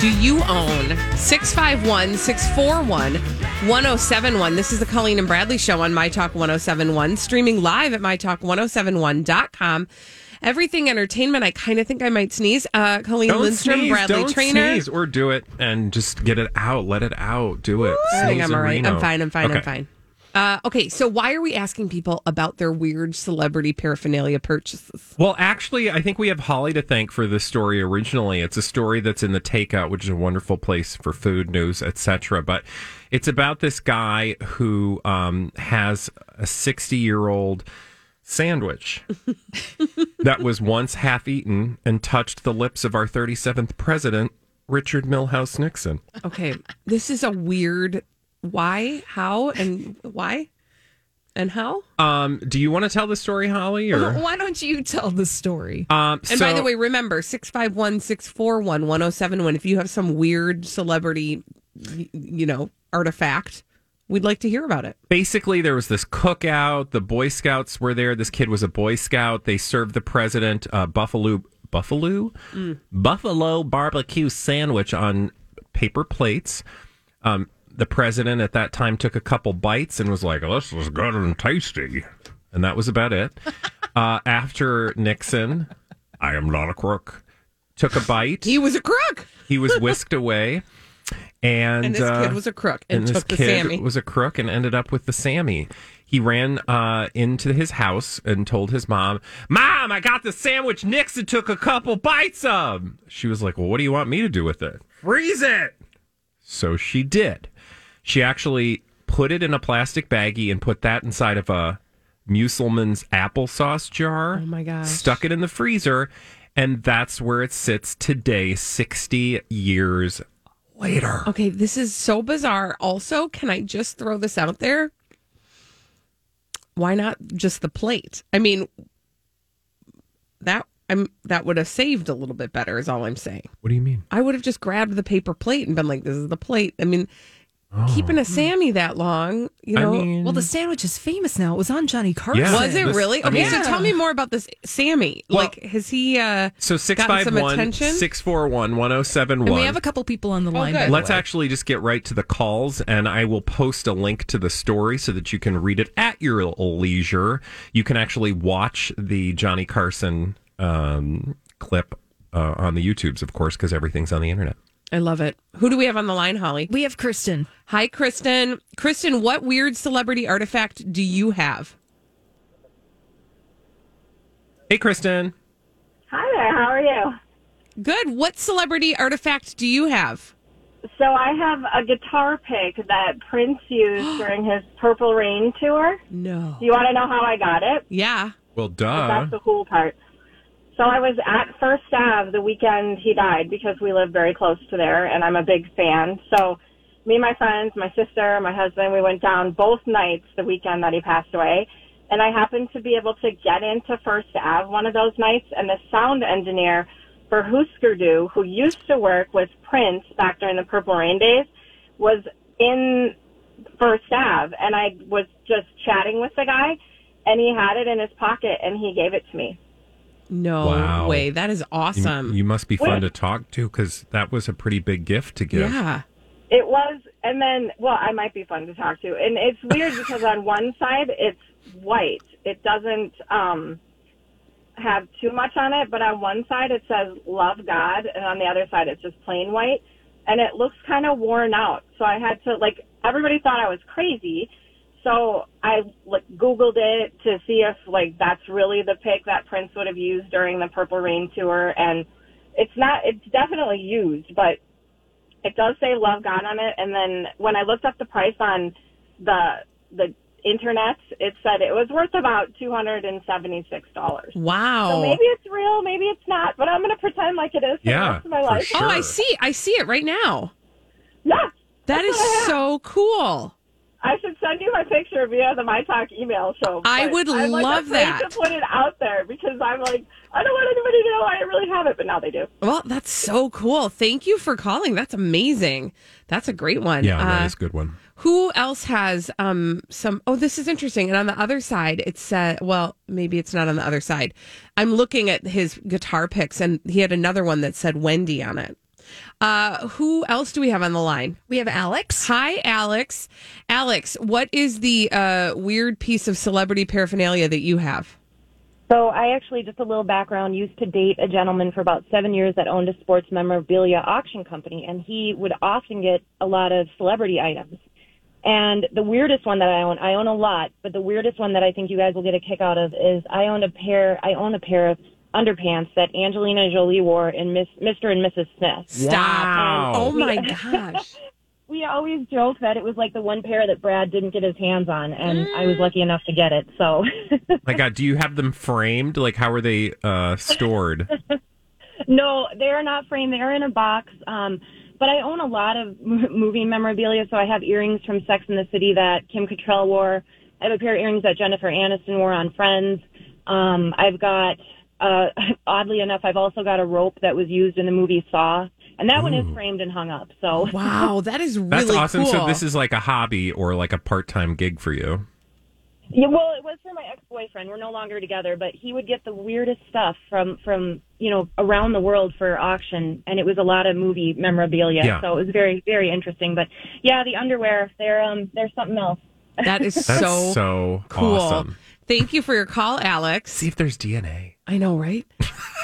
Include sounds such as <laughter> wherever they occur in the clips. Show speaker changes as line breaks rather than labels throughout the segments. do you own? 651 641 1071. This is the Colleen and Bradley show on My Talk 1071, streaming live at MyTalk1071.com. Everything entertainment. I kind of think I might sneeze. Uh, Colleen
Don't
Lindstrom,
sneeze,
Bradley
don't
Trainer.
sneeze, or do it and just get it out. Let it out. Do it.
I think
Sneeze
I'm
in
all right. I'm
Reno.
fine. I'm fine. I'm
Okay.
fine. Uh, okay, so why are we asking people about their weird celebrity paraphernalia purchases?
Well, actually, I think we have Holly to thank for this story originally. It's a story that's in the Takeout, which is a wonderful place for food news, etc. But it's about this guy who um, has a 60 year old
<laughs>
sandwich that was once half eaten and touched the lips of our 37th president, Richard Milhouse Nixon.
Okay, this is a weird why, how, and why, and how.
Um, do you want to tell the story,
<laughs>
Holly? Or?
Why don't you tell the story?
Um,
And by
Uh-huh. so-
the way, remember 651 641 1071. If you have some weird celebrity, y- you know, artifact, we'd like to hear about it.
basically there was this cookout the boy scouts were there this kid was a boy scout they served the president uh, buffalo buffalo
Mm.
buffalo barbecue sandwich on paper plates um, the president at that time took a couple bites and was like this was good and tasty and that was about
<laughs>
it uh, after nixon i am not a crook took a bite
He was a crook.
he was whisked away and,
And this kid
uh,
was a crook and,
this
took the
kid
Sammy.
was a crook and ended up with the Sammy. He ran uh, into his house and told his mom, "Mom, I got the sandwich Nixon took a couple bites of." She was like, "Well, what do you want me to do with it? Freeze it." So she did. She actually put it in a plastic baggie and put that inside of a Musselman's applesauce jar. Oh
my gosh.
Stuck it in the freezer, and that's where it sits today, sixty years later.
Okay, this is so bizarre. Also, can I just throw this out there? Why not just the plate? I mean, that I'm that would have saved a little bit better. Is all I'm saying.
What do you mean?
I would have just grabbed the paper plate and been like, "This is the plate." I mean, keeping a Sammy that long, you know,
Oh. I mean,
well, the sandwich is famous now. It was on Johnny Carson.
Mm. Yeah.
was it
This-
really?
I
Okay,
mean-
so tell me more about this Sammy.
Well-
like, has he? uh
So
gotten some
651
attention?
641 1071.
And we have a couple people on the line.
good.
by the
Let's
way.
actually just get right to the calls, and I will post a link to the story so that you can read it at your leisure. You can actually watch the Johnny Carson um, clip uh, on the YouTubes, of course, because everything's on the internet.
I love it. Who do we have on the line, Holly?
We have Kristen.
Hi, Kristen. Kristen, what weird celebrity artifact do you have?
Hey, Kristen.
Hi there, how are you?
Good. What celebrity artifact do you have?
So I have a guitar pick that Prince used during his Purple Rain tour.
No.
Do you want to know how I got it?
Yeah.
Well,
That's
duh.
the cool part. So I was at First Ave the weekend he died because we live very close to there, and I'm a big fan. So me and my friends, my sister, my husband, we went down both nights the weekend that he passed away. And I happened to be able to get into First Ave one of those nights, and the sound engineer for Husker Du, who used to work with Prince back during the Purple Rain days, was in First Ave, and I was just chatting with the guy, and he had it in his pocket, and he gave it to me.
No
Wow.
way. That is awesome.
You, you must be fun to talk to because that was a pretty big gift to give.
yeah.
It was, and then, well, I might be fun to talk to, and it's weird because on one side it's white, it doesn't um, have too much on it, but on one side it says "Love God," and on the other side it's just plain white, and it looks kind of worn out. So I had to like everybody thought I was crazy, so I like Googled it to see if like that's really the pick that Prince would have used during the Purple Rain tour, and it's not. It's definitely used, but it does say love God on it. And then when I looked up the price on the the internet, it said it was worth about two hundred and seventy six dollars.
Wow.
So maybe it's real, maybe it's not, but I'm gonna pretend like it is for
Yeah,
the rest of my
for
life.
sure.
Oh, I see. I see it right now.
Yeah.
That
<laughs>
is so cool.
I should send you my picture via the My Talk email show.
I
but
would
I'm, like,
love
afraid
that.
To put it out there because I'm like, I don't want anybody to know I really have it, but now they do.
Well, that's so cool. Thank you for calling. That's amazing. That's a great one.
Yeah,
Uh,
that is a good one.
Who else has um some Oh, this is interesting. And on the other side, it said, well, maybe it's not on the other side. I'm looking at his guitar picks and he had another one that said Wendy on it. Uh who else do we have on the line?
We have Alex.
Hi Alex. Alex, what is the uh weird piece of celebrity paraphernalia that you have?
So I actually, just a little background, used to date a gentleman for about seven years that owned a sports memorabilia auction company, and he would often get a lot of celebrity items. And the weirdest one that I own, I own a lot, but the weirdest one that I think you guys will get a kick out of is I own a pair, I own a pair of underpants that Angelina Jolie wore in Miss, Mr. and Mrs. Smith.
Stop.
Wow.
Oh my gosh.
We always joke that it was like the one pair that Brad didn't get his hands on, and I was lucky enough to get it. So <laughs>
My God, do you have them framed? Like, how are they uh, stored?
No, they're not framed. They're in a box. Um, but I own a lot of <laughs> m- movie memorabilia, so I have earrings from Sex and the City that Kim Cattrall wore. I have a pair of earrings that Jennifer Aniston wore on Friends. Um, I've got, uh, <laughs> oddly enough, I've also got a rope that was used in the movie Saw, and that one is framed and hung up. So <laughs>
Wow, that is really
That's awesome.
cool.
So this is like a hobby or like a part-time gig for you.
Yeah, well, it was for my ex-boyfriend. We're no longer together, but he would get the weirdest stuff from from you know around the world for auction, and it was a lot of movie memorabilia.
Yeah.
So it was very very interesting. But yeah, the underwear they're um they're something else.
that is
That's
so,
so,
cool.
awesome.
Thank you for your call, Alex.
See if there's DNA.
I know, <laughs> right?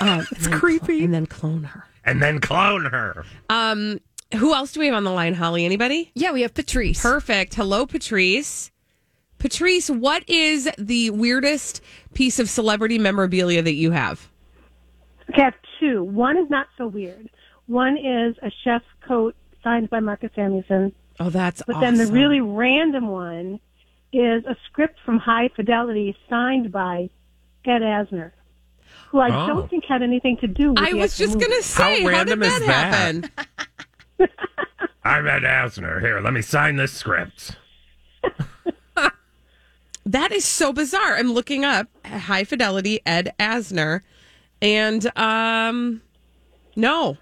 Uh, it's creepy. and then clone her.
And then clone her.
Um, who else do we have on the line, Holly? Anybody?
Yeah, we have Patrice.
Perfect. Hello, Patrice. Patrice, what is the weirdest piece of celebrity memorabilia that you have?
Okay, I have two. One is not so weird. One is a chef's coat signed by Marcus Samuelson.
Oh, that's
But
awesome.
then the really random one is a script from High Fidelity signed by Ed Asner, who I
Oh.
don't think had anything to do with
I
the
was
actual
just
movie.
gonna say, how,
random
did
is
that,
that?
happen?
I'm Ed Asner. Here, let me sign this script.
That is so bizarre. I'm looking up High Fidelity Ed Asner, and um, no,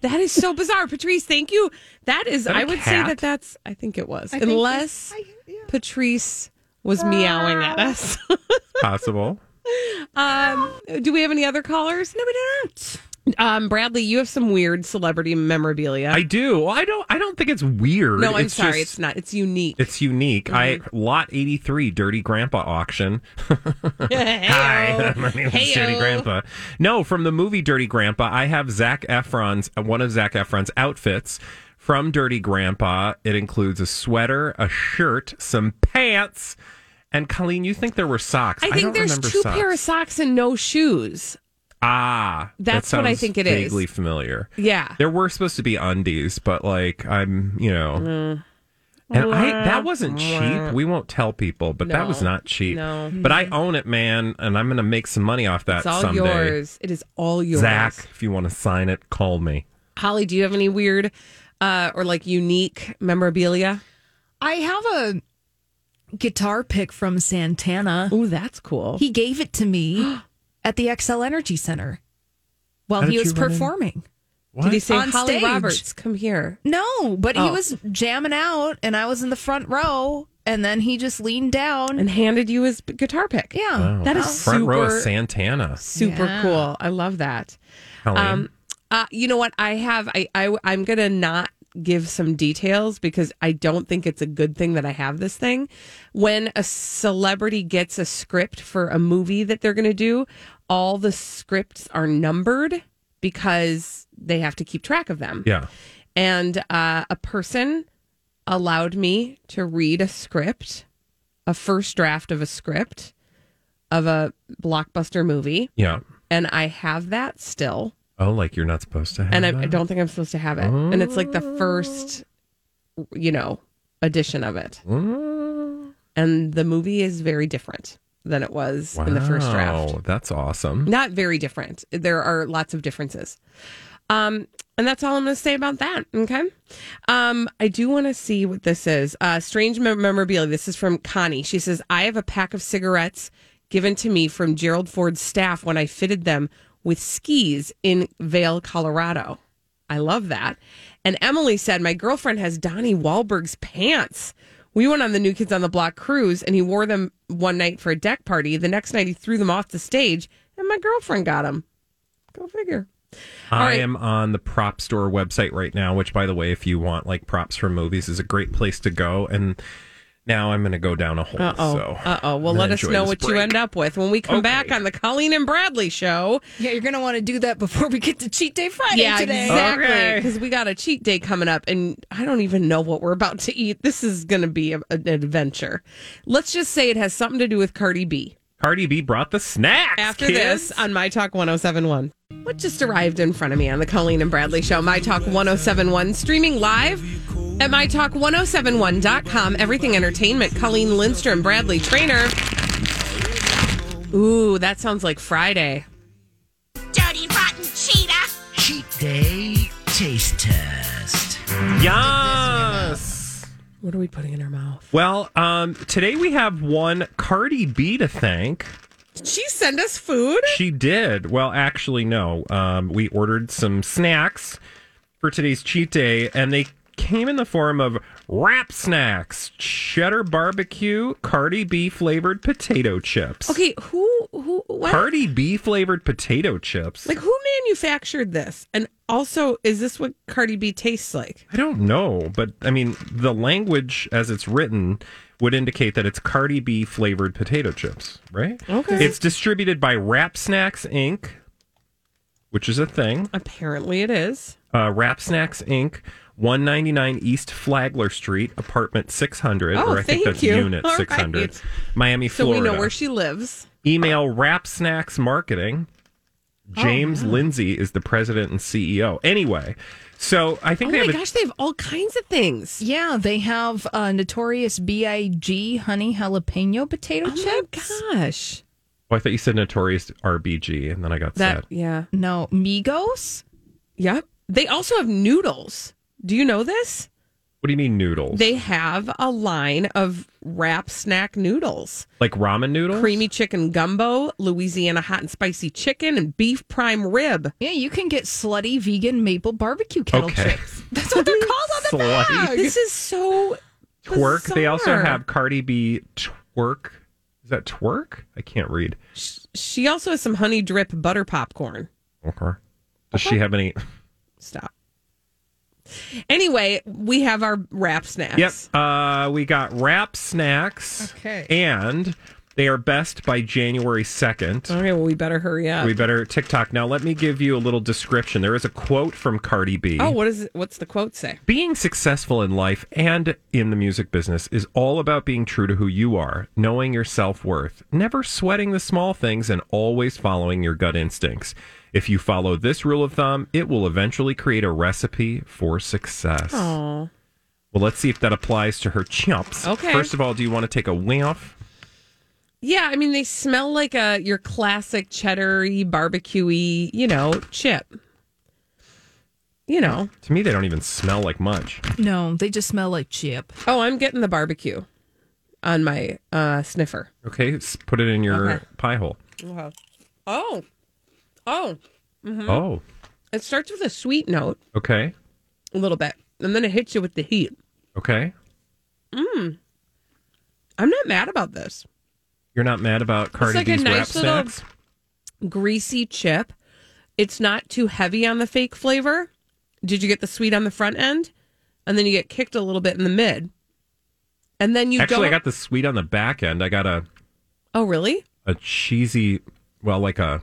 that is so bizarre. Patrice, thank you. That is,
that a
I would say
cat?
that that's. I think it was, unless Patrice was meowing at us. <laughs>
Possible.
um, do we have any other callers? No, we don't. Um, Bradley, you have some weird celebrity memorabilia.
I do. Well, I don't. I don't think it's weird.
no, I'm
It's
sorry,
just-
it's Mhm. not. It's unique.
It's unique. I lot eighty three, dirty grandpa auction.
<laughs>
Hi, <laughs> my name is Dirty
Heyo.
Grandpa. No, from the movie Dirty Grandpa, I have Zach Efron's uh, one of Zach Efron's outfits from Dirty Grandpa. It includes a sweater, a shirt, some pants, and Colleen. You think there were socks?
I think
don't
there's
remember
two
socks.
pair of socks and no shoes.
Ah,
That's
that
what I
sounds
think it is.
vaguely familiar.
Yeah.
There were supposed to be undies, but like I'm, you know,
Mm.
and I that wasn't cheap. We won't tell people, but that was
No.
not cheap.
No. Mm-hmm.
But I own it, man, and I'm gonna make some money off that
It's all
someday.
yours. It is all yours.
Zach, if you want to sign it, call me.
Holly, do you have any weird uh, or like unique memorabilia?
I have a guitar pick from Santana.
Oh, that's cool.
He gave it
<gasps>
to me at the XL Energy Center while
How
he
did
was
you run in-
performing.
Did he say
On
Holly
stage.
Roberts? Come here.
No, but
Oh.
he was jamming out, and I was in the front row, and then he just leaned down.
And handed you his guitar pick.
yeah,
Wow.
That is
Front row of
super-
Santana.
Super
Yeah.
cool. I love that.
Colleen.
Um, uh, you know what? I have. I, I I'm gonna not give some details because I don't think it's a good thing that I have this thing. When a celebrity gets a script for a movie that they're gonna do, all the scripts are numbered because they have to keep track of them.
yeah.
And uh, a person allowed me to read a script, a first draft of a script of a blockbuster movie,
Yeah.
and I have that still
Oh, like you're not supposed to have
and
that?
I, I don't think I'm supposed to have it. And it's like the first, you know, edition of it. And the movie is very different than it was in the first draft.
Wow, That's awesome.
Not very different. There are lots of differences. Um, and that's all I'm going to say about that. Okay. Um, I do want to see what this is. Uh, strange mem- memorabilia. This is from Connie. She says, I have a pack of cigarettes given to me from Gerald Ford's staff when I fitted them with skis in Vail, Colorado. I love that. And Emily said, My girlfriend has Donnie Wahlberg's pants. We went on the New Kids on the Block cruise and he wore them one night for a deck party. The next night he threw them off the stage and my girlfriend got them. Go figure.
I
right.
am on the prop store website right now, which, by the way, if you want like props for movies, is a great place to go. And now I'm going to go down a hole.
Uh oh.
So,
uh oh. Well,
I'm
let
gonna
us
enjoy
know
this
what you
break.
end up with when we come
Okay.
back on the Colleen and Bradley show.
Yeah, you're gonna want to do that before we get to cheat day Friday today.
exactly.
Okay.
Because we got a cheat day coming up, and I don't even know what we're about to eat. This is going to be a, an adventure. Let's just say it has something to do with Cardi B.
Cardi B brought the snacks.
After
kids.
this uh, on My Talk 1071. What just arrived in front of me on the Colleen and Bradley show, My Talk 1071, streaming live at MyTalk1071.com. Everything Entertainment, Colleen Lindstrom, Bradley Trainer. Ooh, that sounds like Friday.
Dirty rotten cheetah.
Cheat day taste test.
yes.
What are we putting in our mouth?
Well, um, today we have one Cardi B to thank.
Did she send us food?
She did. Well, actually, no. Um, we ordered some snacks for today's cheat day, and they came in the form of wrap snacks, cheddar barbecue, Cardi B flavored potato chips.
Okay, who who what?
Cardi B flavored potato chips.
Like who manufactured this? And also, is this what Cardi B tastes like?
I don't know, but I mean, the language as it's written would indicate that it's Cardi B flavored potato chips, right?
Okay.
It's distributed by Wrap Snacks Inc., which is a thing.
Apparently, it is.
Uh, Wrap Snacks Inc., 199 East Flagler Street, apartment 600,
Oh,
or I think
thank
that's
you.
unit
All
600,
right.
Miami,
So
Florida.
we know where she lives.
Email Wrap Snacks Marketing.
Oh,
James Lindsay is the president and CEO. Anyway, so I
Oh
think they
my
have a
gosh, they have all kinds of things.
Yeah, they have uh, notorious B.I.G. honey jalapeno potato chips.
Oh my gosh,
Oh, I thought you said notorious RBG, and then I got
that
sad.
yeah,
No, Migos.
yep. They also have noodles. Do you know this?
What do you mean noodles?
They have a line of wrap snack noodles,
like ramen noodles?
creamy chicken gumbo, Louisiana hot and spicy chicken, and beef prime rib.
Yeah, you can get slutty vegan maple barbecue kettle
Okay.
chips. That's what they're called on the
Slutty.
bag.
This is so
twerk. They also
bizarre.
have Cardi B twerk. Is that twerk? I can't read.
She also has some honey drip butter popcorn.
Okay. Does she have any?
Stop. Anyway, we have our wrap snacks.
Yep. Uh, we got wrap snacks.
Okay.
And they are best by January second.
Okay, well, we better hurry up. Oh,
We better TikTok now. Let me give you a little description. There is a quote from Cardi B.
oh, what is it? What's the quote say?
Being successful in life and in the music business is all about being true to who you are, knowing your self worth, never sweating the small things, and always following your gut instincts. If you follow this rule of thumb, it will eventually create a recipe for success.
Oh,
Well, let's see if that applies to her chumps.
Okay.
First of all, do you want to take a whiff?
yeah. I mean, they smell like a your classic cheddar-y, barbecue-y, you know, chip. You know.
To me, they don't even smell like much.
No, they just smell like chip.
Oh, I'm getting the barbecue on my uh, sniffer.
Okay, s- put it in your
Okay.
pie hole.
Oh, oh.
Oh,
It starts with a sweet note,
okay,
a little bit, and then it hits you with the heat.
okay.
I'm not mad about this.
You're not mad about Cardi
like a
B's wrap
nice little-
snacks?
Greasy chip. It's not too heavy on the fake flavor. Did you get the sweet on the front end? And then you get kicked a little bit in the mid. And then you
Actually,
don't.
I got the sweet on the back end. I got a
oh, really?
a cheesy, well, like a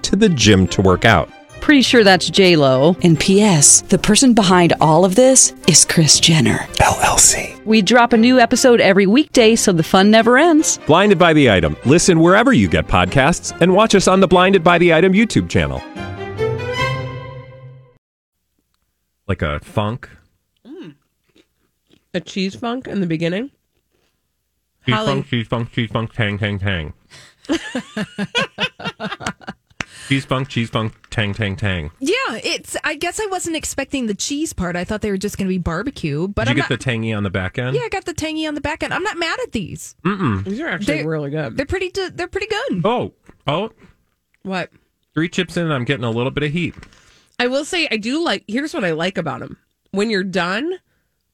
to the gym to work out.
Pretty sure that's J Lo.
And P.S. The person behind all of this is Chris Jenner
LLC.
We drop a new episode every weekday, so the fun never ends.
Blinded by the item. Listen wherever you get podcasts, and watch us on the Blinded by the Item YouTube channel. Like a funk.
Mm. A cheese funk in the beginning.
Cheese
Holly-
funk, cheese funk, cheese funk, tang,
<laughs>
tang, tang. cheese funk, cheese funk, tang, tang, tang.
Yeah, it's. I guess I wasn't expecting the cheese part. I thought they were just going to be barbecue.
Did
But
you
I'm
get
not,
the tangy on the back end?
yeah, I got the tangy on the back end. I'm not mad at these.
Mm-mm.
These are actually
They're-
really good.
They're pretty. d- They're pretty
Mm.
good.
Oh, oh,
What?
three chips in, and I'm getting a little bit of heat.
I will say I do like here's what I like about them. When you're done,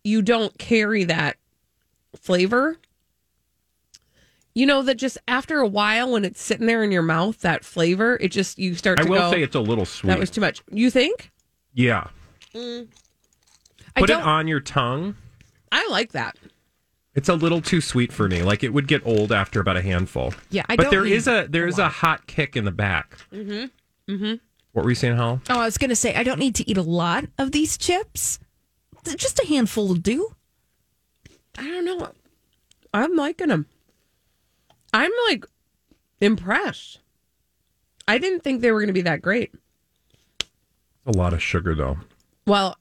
you don't carry that flavor. You know that just after a while when it's sitting there in your mouth that flavor, it just you start
I
to
will
go
say it's a little sweet.
that was too much. You think?
yeah.
I
Put it
don't
on your tongue.
I like that.
It's a little too sweet for me. Like it would get old after about a handful.
Yeah, I
but
don't
there
need
is a there is a hot kick in the back.
Mm-hmm. Mm-hmm.
What were you saying, Hal?
Oh, I was going to say I don't need to eat a lot of these chips. Th- Just a handful will do.
I don't know. I'm liking them. I'm like impressed. I didn't think they were going to be that great.
A lot of sugar though.
Well,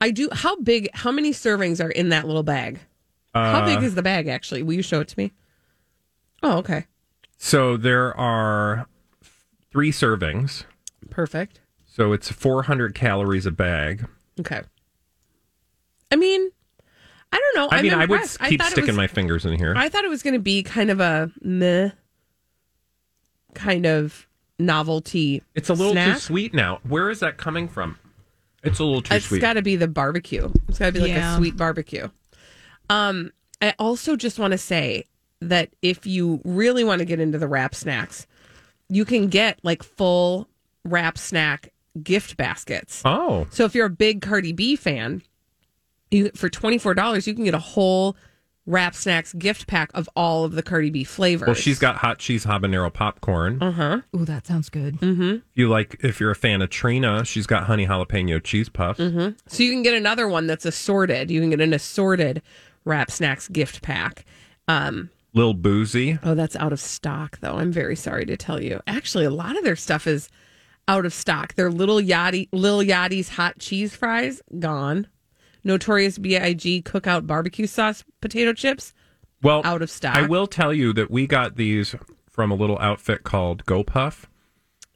I do. How big? How many servings are in that little bag? how
Uh,
big is the bag actually? Will you show it to me? Oh, okay,
So there are three servings.
perfect.
So it's 400 calories a bag.
Okay. I mean, I don't know.
I
I'm
mean,
impressed.
I would keep
thought it
sticking
was-
my fingers in here.
I thought it was going to be kind of a meh, kind of novelty.
it's a little
snack.
too sweet now. Where is that coming from? It's a little too
It's
sweet.
got to be the barbecue. It's got to be like
Yeah.
a sweet barbecue. Um, I also just want to say that if you really want to get into the wrap snacks, you can get like full wrap snack gift baskets.
oh,
So if you're a big Cardi B fan, you for twenty four dollars you can get a whole wrap snacks gift pack of all of the Cardi B flavors.
well, she's got hot cheese habanero popcorn. Mm-hmm.
uh huh.
Oh, that sounds good.
If you like, if you're a fan of Trina, she's got honey jalapeno cheese puffs.
So you can get another one that's assorted. You can get an assorted wrap snacks gift pack. Um,
Lil Boozy.
Oh, that's out of stock, though. I'm very sorry to tell you. Actually, a lot of their stuff is out of stock. Their little Yachty, Lil Yachty's hot cheese fries gone. Notorious B.I.G. cookout barbecue sauce potato chips.
Well,
out of stock.
I will tell you that we got these from a little outfit called GoPuff,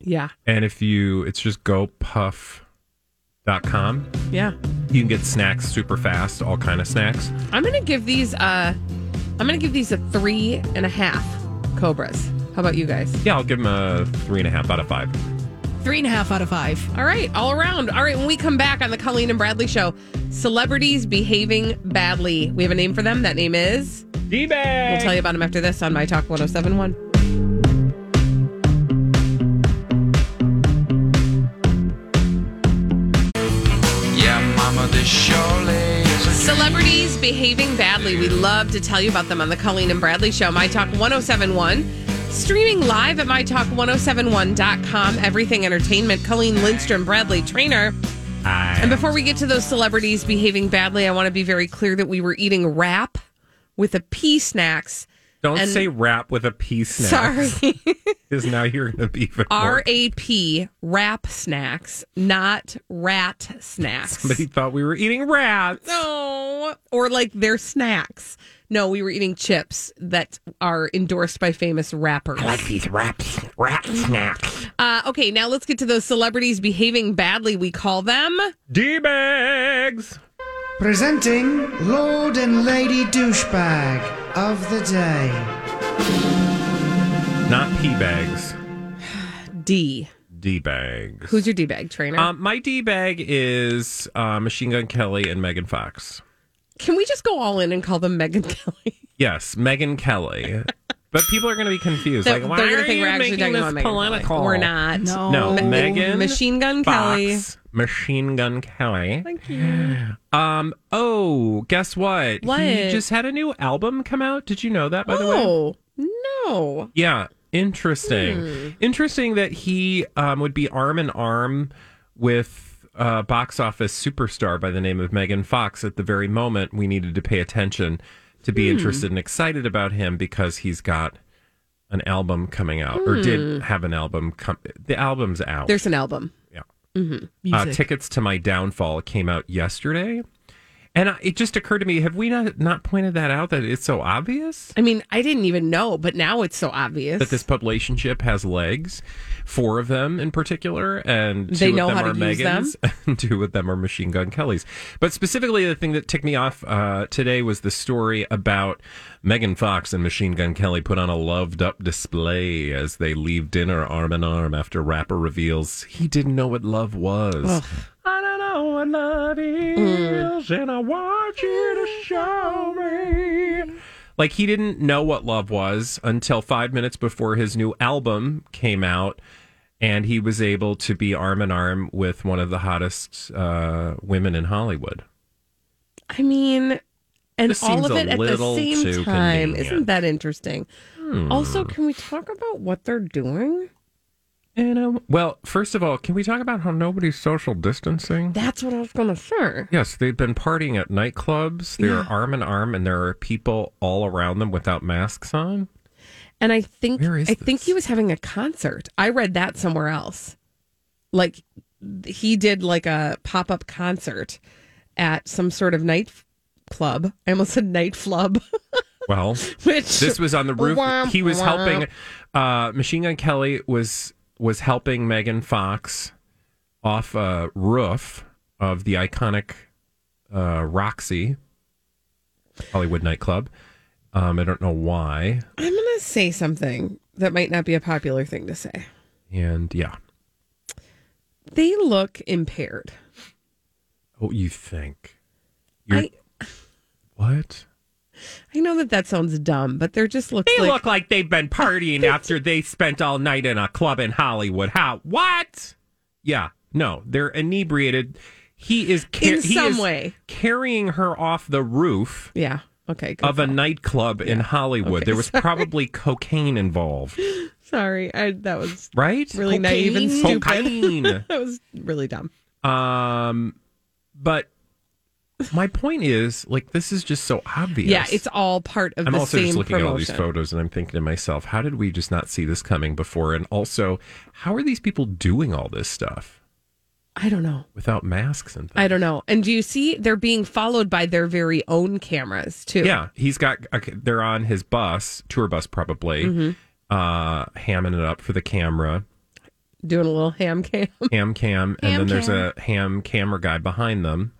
Yeah,
and if you, it's just GoPuff.com.
yeah.
You can get snacks super fast, all kind of snacks.
I'm gonna give these. Uh, I'm gonna give these a three and a half cobras. How about you guys?
Yeah, I'll give them a three and a half out of five.
Three and a half out of five.
All right, all around. All right, when we come back on the Colleen and Bradley show, celebrities behaving badly. We have a name for them. That name is.
D
We'll tell you about them after this on My Talk 1071.
Yeah, mama, this surely is
Celebrities behaving badly. We love to tell you about them on the Colleen and Bradley show, My Talk 1071. Streaming live at MyTalk1071.com, everything entertainment. Colleen Lindstrom, Bradley Trainer. And before we get to those celebrities behaving badly, I want to be very clear that we were eating wrap with a pea snacks.
Don't
And-
say wrap with a pea snack. <laughs>
Sorry.
Because now you're going to be even
R
<laughs> more.
A P, wrap snacks, not rat snacks.
Somebody thought we were eating rats.
No, or like their snacks. No, we were eating chips that are endorsed by famous rappers.
I like these wraps, wrap snacks.
Uh, okay, now let's get to those celebrities behaving badly. We call them
D bags.
Presenting Lord and Lady Douchebag of the Day.
Not pee bags.
D.
D bags.
Who's your D bag trainer?
Um, my D bag is uh, Machine Gun Kelly and Megan Fox.
Can we just go all in and call them Megan
<laughs>
Kelly?
Yes, Megan Kelly.
<laughs>
but people are going to be confused.
They're-
like, why
they're gonna
are
think
you
we're actually talking
making this
about Megyn Kelly.
political?
We're not. No.
No,
Me-
Megan.
Machine Gun Kelly.
Fox, Machine Gun Kelly.
Thank you.
<gasps> Um. Oh, guess what?
What?
He just had a new album come out. Did you know that? By the way.
Oh, no.
Yeah, interesting.
Hmm.
Interesting that he um, would be arm in arm with a box office superstar by the name of Megan Fox at the very moment we needed to pay attention to be
Hmm.
interested and excited about him because he's got an album coming out or
Hmm.
did have an album come the album's out
There's an album.
Yeah.
Mm-hmm.
uh, tickets to my downfall came out yesterday and I, it just occurred to me have we not not pointed that out that it's so obvious
I mean, I didn't even know, but now it's so obvious.
that this pub relationship has legs, four of them in particular, and two
They know
of them
how to
are
use them?
Megan's, <laughs> and two of them are Machine Gun Kelly's. But specifically, the thing that ticked me off uh, today was the story about Megan Fox and Machine Gun Kelly put on a loved up display as they leave dinner arm in arm after rapper reveals he didn't know what love was.
Ugh. I don't know what love is, and I want you to show me.
Like he didn't know what love was until five minutes before his new album came out, and he was able to be arm in arm with one of the hottest uh, women in Hollywood.
I mean, and
This
all
seems
of
a
it at the
little
same
too
time.
convenient.
Isn't that interesting?
Hmm.
Also, can we talk about what they're doing?
And um, well, first of all, can we talk about how nobody's social distancing?
That's what I was gonna say.
Yes, they've been partying at nightclubs. They're
Yeah.
arm in arm, and there are people all around them without masks on.
And I think
Where
I
is
think he was having a concert. I read that somewhere else. Like th- he did like a pop up concert at some sort of night f- club. I almost said night flub. <laughs>
Well,
Which-
this was on the roof.
Womp,
He was
womp.
helping. Uh, Machine Gun Kelly was was helping Megan Fox off a roof of the iconic uh, Roxy Hollywood nightclub. Um, I don't know why,
I'm gonna say something that might not be a popular thing to say.
and yeah.
They look impaired.
Oh, you think? You're,
I-
what?
I know that that sounds dumb, but they're just looks
They
like
look like they've been partying after they spent all night in a club in Hollywood. How? What? Yeah. No, they're inebriated. He is ca-
In
he
some
is
way.
carrying her off the roof.
Yeah. Okay. Good.
Of a nightclub in Hollywood.
Okay,
there was
sorry.
probably cocaine involved,
Sorry, I, that was <laughs>
right?
really naive and stupid.
Cocaine.
that was really dumb. <laughs>
um, but my point is, like, this is just so obvious.
Yeah, it's all part of
I'm
the
also
same
just looking
promotion.
at all these photos and I'm thinking to myself, how did we just not see this coming before? And also, how are these people doing all this stuff
I don't know.
without masks and things?
I don't know. And do you see they're being followed by their very own cameras too?
Yeah, he's got. Okay, they're on his bus, tour bus probably,
Mhm.
uh, hamming it up for the camera,
Doing a little ham cam.
ham cam, and
Mm. Ham
then there's
cam.
a ham camera guy behind them,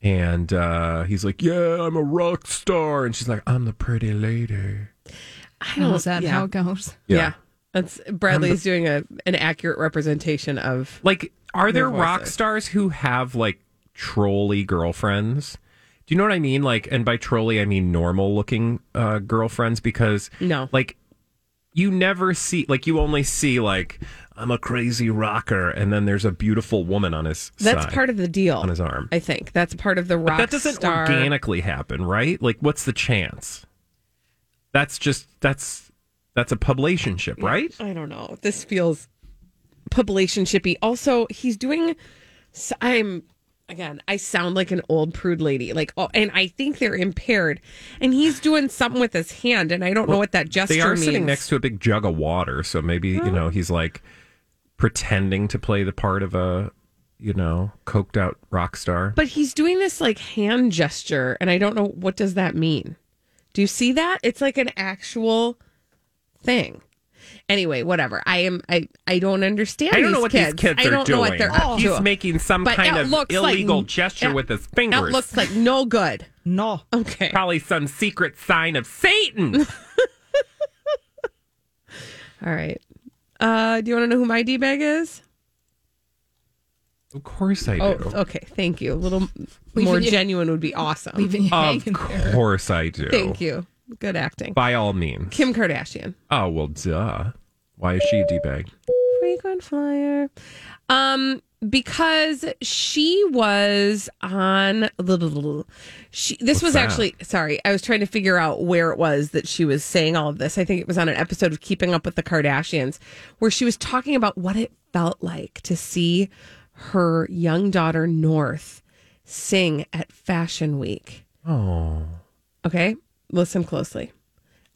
and uh, he's like, "Yeah, I'm a rock star," and she's like, "I'm the pretty lady."
I
Oh, is that how it goes?
Yeah.
Yeah.
That's Bradley's doing a an accurate representation of
Like, are
Their
there rock
voices.
stars who have like trolley girlfriends? Do you know what I mean? Like, and by trolley, I mean normal looking uh, girlfriends because
no,
like you never see like you only see like I'm a crazy rocker, and then there's a beautiful woman on his
that's
side,
part of the deal.
on his arm.
I think that's part of the
But
rock
that doesn't
star.
organically happen, right? Like, what's the chance? That's just that's that's a publicationship, right?
I don't know. This feels publicationshipy. Also, he's doing. s- I'm again. I sound like an old prude lady. Like, oh, and I think they're impaired. And he's doing something with his hand, and I don't know what that gesture
they are
means.
sitting next to a big jug of water, so maybe you know he's like pretending to play the part of a you know coked out rock star.
but he's doing this like hand gesture, and I don't know what does that mean. Do you see that? It's like an actual thing. Anyway, whatever. I am. I. I don't understand.
I don't
these
know what
kids.
these kids
I
are
don't
doing.
know what they're up
He's
to.
making some
But
kind
it
of
looks like-
illegal gesture
it-
with his fingers.
That looks like no good. No. Okay.
Probably some secret sign
<laughs>
of Satan.
All right. Uh, do you want to know who my d bag is?
of course I do.
Oh, okay. Thank you. A little
Leaving
more
you-
genuine would be awesome.
Of course I do.
Thank you. Good acting.
By all means.
Kim Kardashian.
Oh well, duh. Why is she a d bag?
Frequent flyer. Um, because she was on she this
What's
was
that?
actually sorry, I was trying to figure out where it was that she was saying all of this. I think it was on an episode of Keeping Up with the Kardashians where she was talking about what it felt like to see her young daughter North sing at Fashion Week.
Oh.
Okay, listen closely.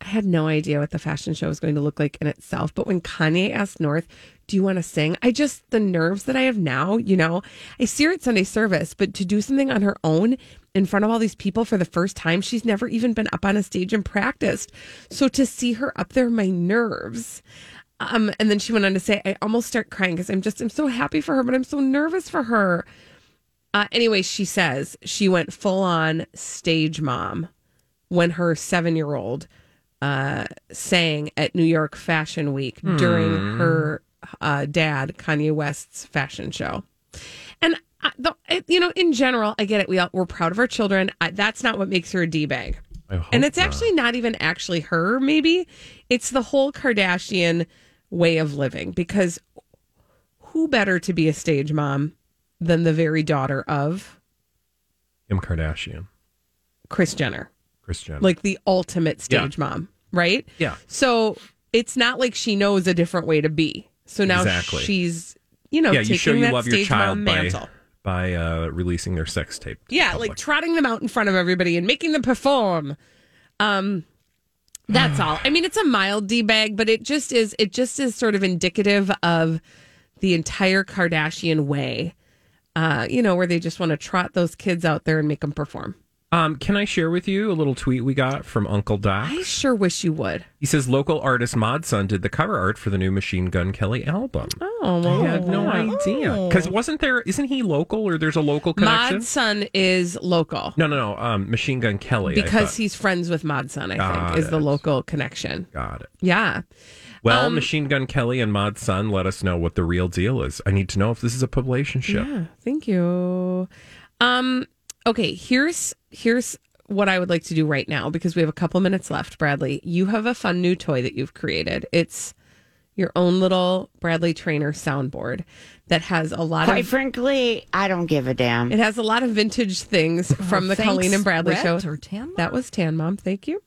I had no idea what the fashion show was going to look like in itself, but when Kanye asked North, "Do you want to sing?" I just the nerves that I have now, you know. I see her at Sunday service, but to do something on her own in front of all these people for the first time, she's never even been up on a stage and practiced. So to see her up there, my nerves. Um, and then she went on to say, "I almost start crying because I'm just I'm so happy for her, but I'm so nervous for her." Uh, anyway, she says she went full on stage mom when her seven year old uh, sang at New York Fashion Week during
Hmm.
her uh, dad, Kanye West's fashion show. And, I, the, it, you know, in general, I get it. We all, we're proud of our children. I, that's not what makes her a D bag. And it's actually not even actually her, maybe. It's the whole Kardashian way of living because who better to be a stage mom than the very daughter of
Kim Kardashian.
Chris Jenner?
Chris Jenner.
Like the ultimate stage
Yeah.
mom, right?
Yeah.
So it's not like she knows a different way to be. So now
Exactly.
she's, you know,
yeah,
taking
you show you
that
love
stage
your child
mom
by,
mantle.
by uh, releasing their sex tape.
Yeah, like trotting them out in front of everybody and making them perform. Um that's all. I mean, it's a mild D bag, but it just is it just is sort of indicative of the entire Kardashian way. Uh, you know, where they just want to trot those kids out there and make them perform.
Um, can I share with you a little tweet we got from Uncle Doc? I
sure wish you would.
He says local artist Modson did the cover art for the new Machine Gun Kelly album.
Oh, well,
I had no idea because wasn't there? Isn't he local or there's a local connection?
Mod Son is local
No, no, no. Um, Machine Gun Kelly I
because
thought.
he's friends with Mod Son, I think,
Got
is the
it.
local connection.
got it.
Yeah.
Well,
Um,
Machine Gun Kelly and Mod Sun let us know what the real deal is. I need to know if this is a relationship.
Yeah, thank you. Um, okay, here's here's what I would like to do right now because we have a couple minutes left, Bradley. You have a fun new toy that you've created. It's your own little Bradley Trainer soundboard that has a lot
Quite
of
frankly, I don't give a damn.
it has a lot of vintage things from the
thanks,
Colleen and Bradley
Rhett
show.
or
That was Tan Mom. Thank you.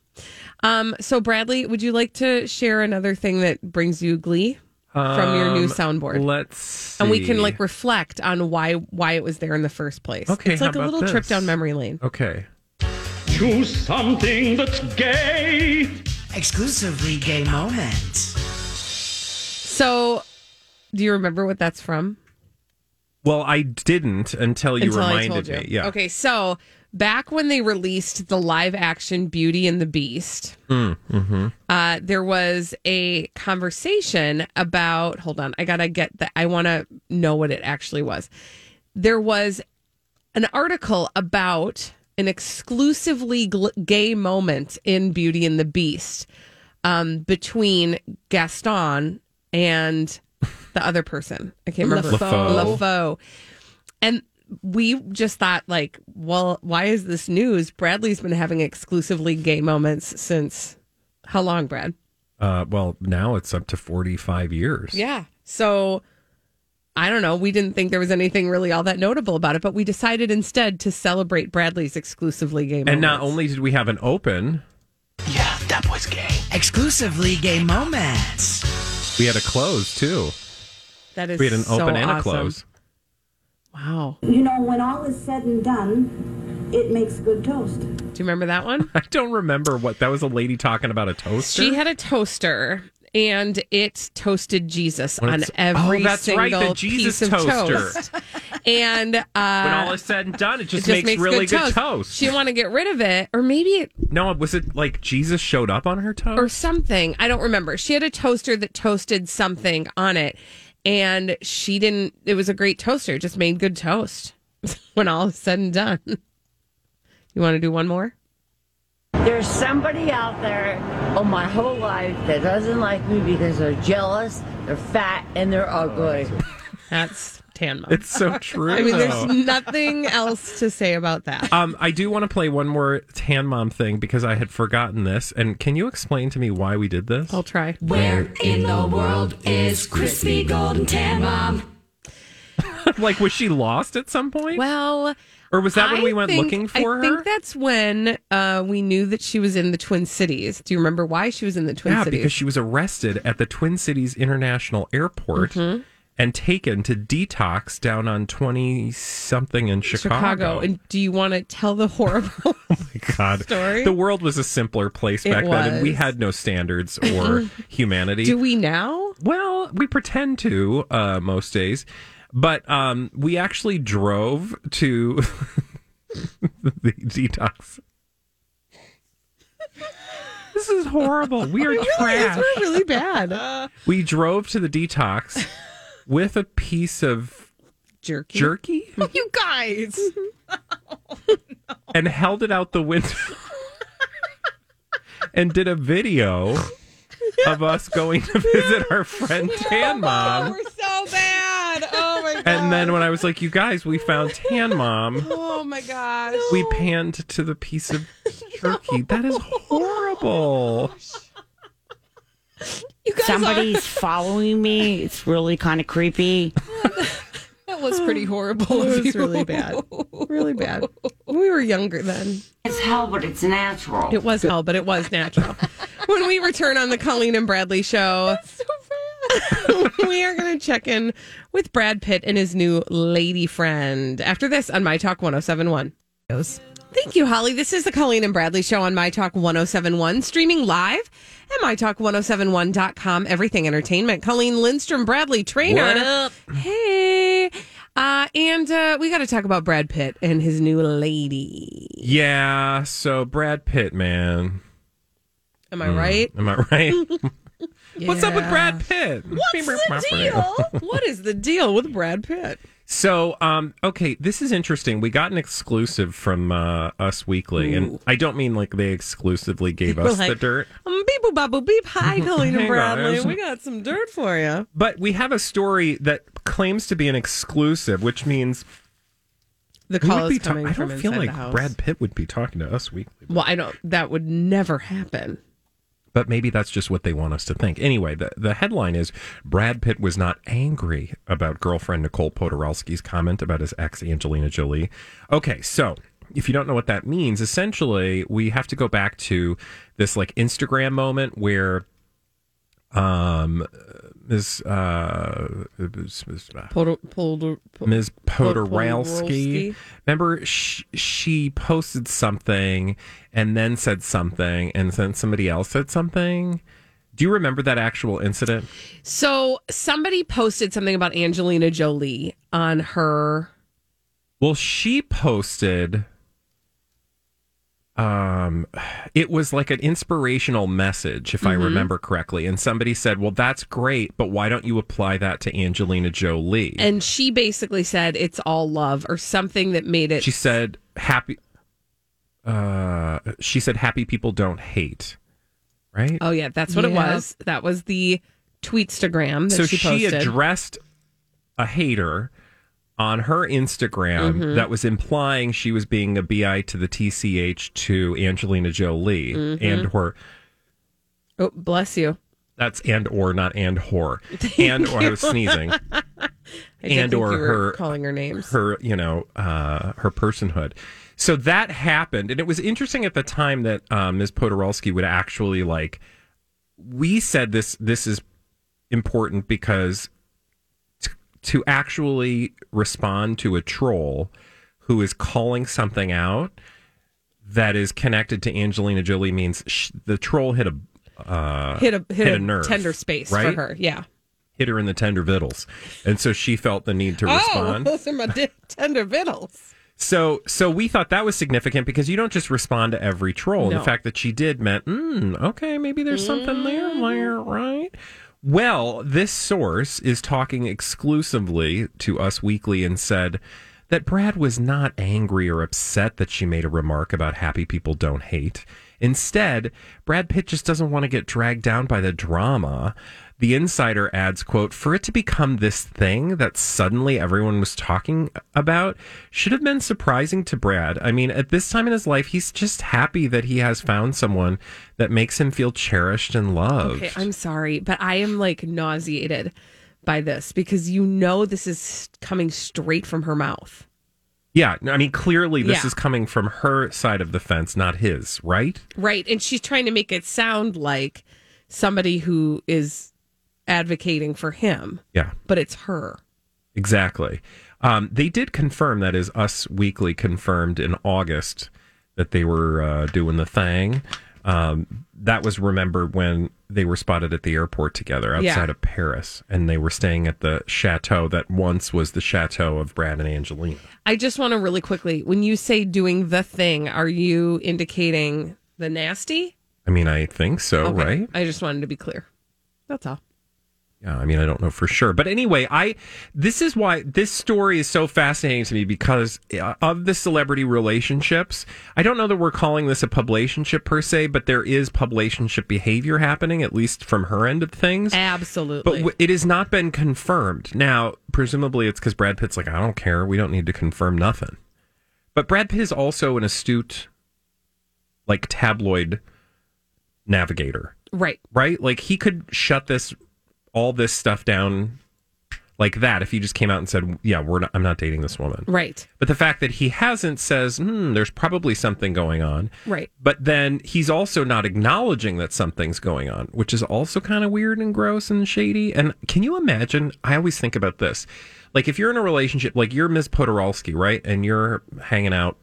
Um, so Bradley, would you like to share another thing that brings you glee from your new
Um,
soundboard?
Let's
and we can
see.
like reflect on why why it was there in the first place.
Okay,
it's
how
like a
about
little trip
this?
down memory lane.
Okay.
Choose something that's gay.
Exclusively gay moment.
So, do you remember what that's from?
Well, I didn't until you
Until I
reminded
told you.
me. Yeah.
Okay, so back when they released the live action Beauty and the Beast,
Mm, hmm
uh, there was a conversation about. Hold on, I gotta get that. I want to know what it actually was. There was an article about an exclusively gl- gay moment in Beauty and the Beast um, between Gaston and the other person. I can't remember.
Lafoe.
Lafoe. And we just thought, like, well, why is this news? Bradley's been having exclusively gay moments since how long, Brad?
Uh, well, now it's up to 45 years.
Yeah. So I don't know. We didn't think there was anything really all that notable about it, but we decided instead to celebrate Bradley's exclusively gay
And
moments.
not only did we have an open,
Yeah, that was gay. Exclusively gay moments.
we had a close too.
that is
we had an
so
open and a
awesome.
close. <laughs>
Wow.
You know, when all is said and done, it makes good toast.
Do you remember that one?
I don't remember what that was a lady talking about a toaster.
She had a toaster and it toasted Jesus
When
on
it's-
every
Oh, that's right,
single
the Jesus
piece of
toaster.
toast. and uh,
<laughs> when all is said
<laughs>
and done, it
it
just, makes, really good toast.
She want to get rid of it, or maybe it
no, was it like Jesus showed up on her toast?
or something. I don't remember. She had a toaster that toasted something on it, and she didn't. It was a great toaster. It Just made good toast. <laughs> when all is said and done, you want to do one more?
There's somebody out there all my whole life that doesn't like me because they're jealous, they're fat, and they're ugly.
That's Tanma. <laughs>
It's so true.
I mean,
though.
there's nothing else to say about that.
Um, I do want to play one more tan mom thing because I had forgotten this. And can you explain to me why we did this? <laughs> I'll
try.
Where
In the world is crispy golden tan mom.
like was she lost at some point?
Well,
or was that when
I
we went
think-
looking for
I
her?
think that's when uh, we knew that she was in the Twin Cities. Do you remember why she was in the Twin
yeah,
Cities?
because she was arrested at the Twin Cities International Airport
Mhm.
and taken to detox down on twenty something in Chicago. Oh,
Chicago. And do you want to tell the <laughs> horrible?
<laughs> God,
story.
the world was a simpler place
It
back then, and we
was.
had no standards
<laughs>
or humanity.
do we now?
Well, we pretend to uh, most days, but um, we actually drove to <laughs> the detox. This is horrible.
<laughs>
We are trash.
We're really bad.
<laughs> We drove to the detox with a piece of
jerky,
jerky,
you guys.
and held it out the
<laughs>
window, and did
<laughs>
a video of us going to visit our friend Tan
<laughs>
Mom.
We're so bad. Oh my god. <laughs>
And then when I was like, "You guys, we found Tan Mom,"
oh my gosh.
we panned to the piece of jerky. That is horrible.
Somebody's following me. It's really kind of creepy.
That was pretty <laughs> horrible.
It
of
was
you.
really bad.
Really bad. We were younger then.
It's hell, but it's natural.
It was hell, but it
<laughs>
was natural. when we return on the Colleen and Bradley show, <laughs> we are going to check in with Brad Pitt and his new lady friend after this on My Talk 1071. Thank you, Holly. This is the Colleen and Bradley show on My Talk 1071, streaming live at MyTalk1071.com. Everything Entertainment. Colleen Lindstrom, Bradley Trainer.
What up?
Hey. Uh, and uh, we got to talk about Brad Pitt and his new lady.
Yeah. So Brad Pitt, man.
Am I
Hmm.
Mm,
right?
Am I right?
What's up with Brad
Pitt?
What's the deal? what is the deal with Brad Pitt?
So, um, okay, this is interesting. We got an exclusive from uh, Us Weekly, and I don't mean like they exclusively gave
We're
us the
like,
dirt,
Um, beep, boop, bop, boop, beep. Hi,
<laughs>
Colleen and
Hang on,
Bradley.
there's-
We got some dirt for you.
but we have a story that claims to be an exclusive, which means
The
we
call
would be
is
ta-
coming
I
from
don't feel
inside
like
the house.
Brad Pitt would be talking to Us Weekly,
Well, I don't. That would never happen.
but maybe that's just what they want us to think. Anyway, the the headline is Brad Pitt was not angry about girlfriend Nicole Podorowski's comment about his ex Angelina Jolie. Okay, so. If you don't know what that means, essentially, we have to go back to this like Instagram moment where um, Ms. Uh, Ms. Ms.
Polder, polder, pol-
Ms.
pol-
Podorowski.
Podorowski.
Remember, she, she posted something and then said something, and then somebody else said something. Do you remember that actual incident?
So somebody posted something about Angelina Jolie on her.
Well, she posted. Um, it was like an inspirational message, if I
Mhm.
remember correctly, and somebody said, "Well, that's great, but why don't you apply that to Angelina Jolie?"
And she basically said it's all love or something that made it.
she said happy uh she said happy people don't hate right
oh, yeah. That's what it
Yeah.
was. That was the tweetstagram that
so
she
she,
posted.
addressed a hater on her instagram
Mhm.
that was implying she was being a bi to the tch to angelina jolie
Mhm.
and her
oh, bless you.
that's and or not and
<laughs>
whore and or i was sneezing
I did
and
think
or
you were
her
calling her names.
her you know uh, her personhood. So that happened, and it was interesting at the time that um, Ms. Podorowski would actually like. We said this. This is important because t- to actually respond to a troll who is calling something out that is connected to Angelina Jolie means sh- the troll hit a uh,
hit a hit, a,
nerve,
tender space
right?
for her. Yeah.
hit her in the tender vittles, and so she felt the need to respond.
Oh, <laughs> those are my di- tender vittles.
So, so we thought that was significant because you don't just respond to every troll. And
No.
the fact that she did meant, mm, okay, maybe there's something there, there, right? Well, this source is talking exclusively to Us Weekly and said that Brad was not angry or upset that she made a remark about happy people don't hate. Instead, Brad Pitt just doesn't want to get dragged down by the drama. The insider adds, quote, for it to become this thing that suddenly everyone was talking about should have been surprising to Brad. I mean, at this time in his life, he's just happy that he has found someone that makes him feel cherished and loved.
Okay, I'm sorry, but I am like nauseated by this because you know this is coming straight from her mouth.
Yeah, I mean, clearly this
Yeah.
is coming from her side of the fence, not his, right?
Right. And she's trying to make it sound like somebody who is advocating for him,
Yeah,
but it's her.
exactly. Um, they did confirm, that is, Us Weekly confirmed in August that they were uh, doing the thing. Um, that was, remember, when they were spotted at the airport together outside
Yeah.
of Paris, and they were staying at the chateau that once was the chateau of Brad and Angelina.
I just want to really quickly, when you say doing the thing, are you indicating the nasty?
I mean, I think so,
Okay.
right?
I just wanted to be clear. That's all.
Yeah, I mean, I don't know for sure, but anyway, I this is why this story is so fascinating to me because uh, of the celebrity relationships. I don't know that we're calling this a publicationship per se, but there is publicationship behavior happening, at least from her end of things.
Absolutely.
But w- it has not been confirmed. Now, presumably, it's because Brad Pitt's like, I don't care, we don't need to confirm nothing. But Brad Pitt is also an astute, like tabloid navigator
Right.
right? Like he could shut this all this stuff down like that if he just came out and said, "Yeah, we're not, I'm not dating this woman."
Right.
But the fact that he hasn't says, "Hmm, there's probably something going on."
Right.
But then he's also not acknowledging that something's going on, which is also kind of weird and gross and shady. And can you imagine? I always think about this. Like if you're in a relationship, like you're Ms. Podorowski, right? And you're hanging out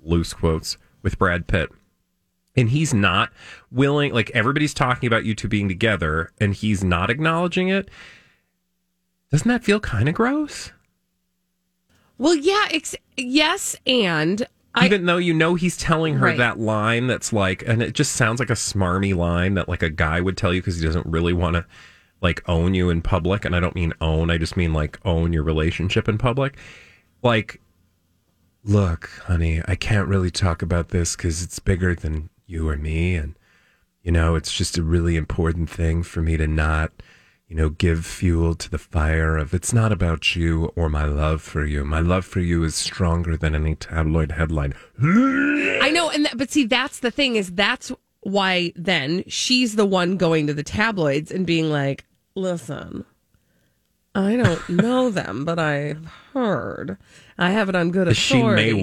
loose quotes with Brad Pitt. And he's not willing, like everybody's talking about you two being together and he's not acknowledging it. Doesn't that feel kind of gross?
Well, yeah, ex- yes, and I
Even though you know he's telling her
Right.
that line that's like, and it just sounds like a smarmy line that like a guy would tell you because he doesn't really want to like own you in public. And I don't mean own, I just mean like own your relationship in public. Like, look, honey, I can't really talk about this because it's bigger than you or me. And, you know, it's just a really important thing for me to not, you know, give fuel to the fire of it's not about you or my love for you. My love for you is stronger than any tabloid headline.
I know, and that, but see, that's the thing is that's why then she's the one going to the tabloids and being like, "Listen, I don't know them, but I've heard. I have it on good
Is she
authority."
Mae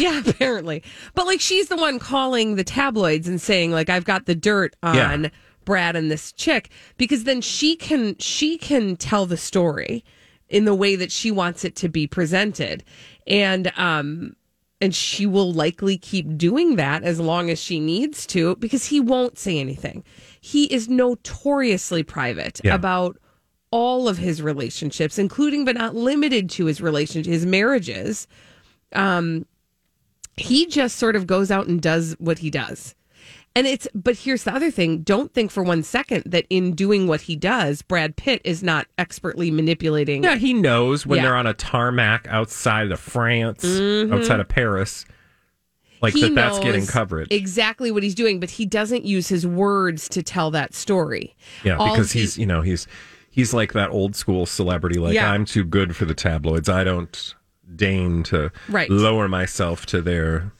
<laughs>
<laughs>
Yeah, apparently. But like, she's the one calling the tabloids and saying, "Like, I've got the dirt
Yeah.
on Brad and this chick," because then she can she can tell the story in the way that she wants it to be presented, and um, and she will likely keep doing that as long as she needs to because he won't say anything. He is notoriously private
Yeah.
about all of his relationships, including but not limited to his relationship, his marriages. Um, he just sort of goes out and does what he does. And it's, but here's the other thing. Don't think for one second that in doing what he does, Brad Pitt is not expertly manipulating.
Yeah, he knows when
Yeah.
they're on a tarmac outside of France,
Mhm.
outside of Paris, like
He
that that's
knows
getting coverage.
Exactly what he's doing, but he doesn't use his words to tell that story.
yeah,
All
because
he-
he's, you know, he's he's like that old school celebrity like
Yeah.
I'm too good for the tabloids. I don't deign to
Right.
lower myself to their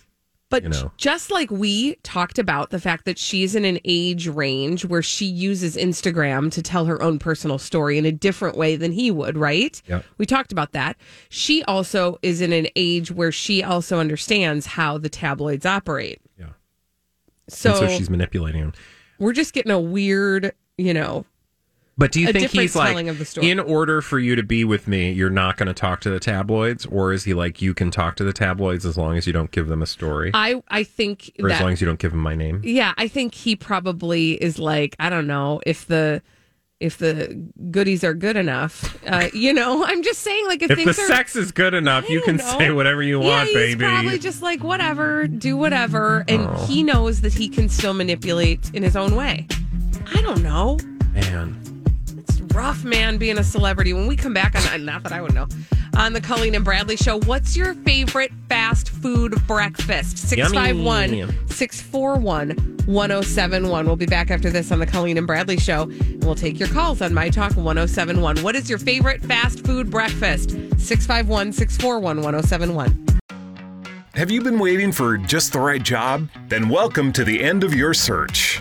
But
you know.
just like we talked about the fact that she's in an age range where she uses Instagram to tell her own personal story in a different way than he would, right?
Yep.
We talked about that. She also is in an age where she also understands how the tabloids operate.
Yeah.
So,
and so she's manipulating him.
we're just getting a weird, you know,
But do you
a
think
different
he's like,
telling of the story.
in order for you to be with me, you're not going to talk to the tabloids, or is he like, you can talk to the tabloids as long as you don't give them a story,
I I think
or
that
as long as you don't give them my name?
Yeah, I think he probably is like, I don't know, if the if the goodies are good enough.
<laughs>
Uh, you know, I'm just saying, like, if,
If the
things are.
sex is good enough, you can say whatever you want,
yeah, he's
baby. Oh.
probably just like, whatever, do whatever. And he knows that he can still manipulate in his own way. I don't know.
Man.
It's rough, man, being a celebrity. When we come back on, not that I would know, on the Colleen and Bradley show, what's your favorite fast food breakfast?
Yummy.
651 641 1071. We'll be back after this on the Colleen and Bradley show, and we'll take your calls on My Talk 1071. What is your favorite fast food breakfast? 651 641 1071.
Have you been waiting for just the right job? Then welcome to the end of your search.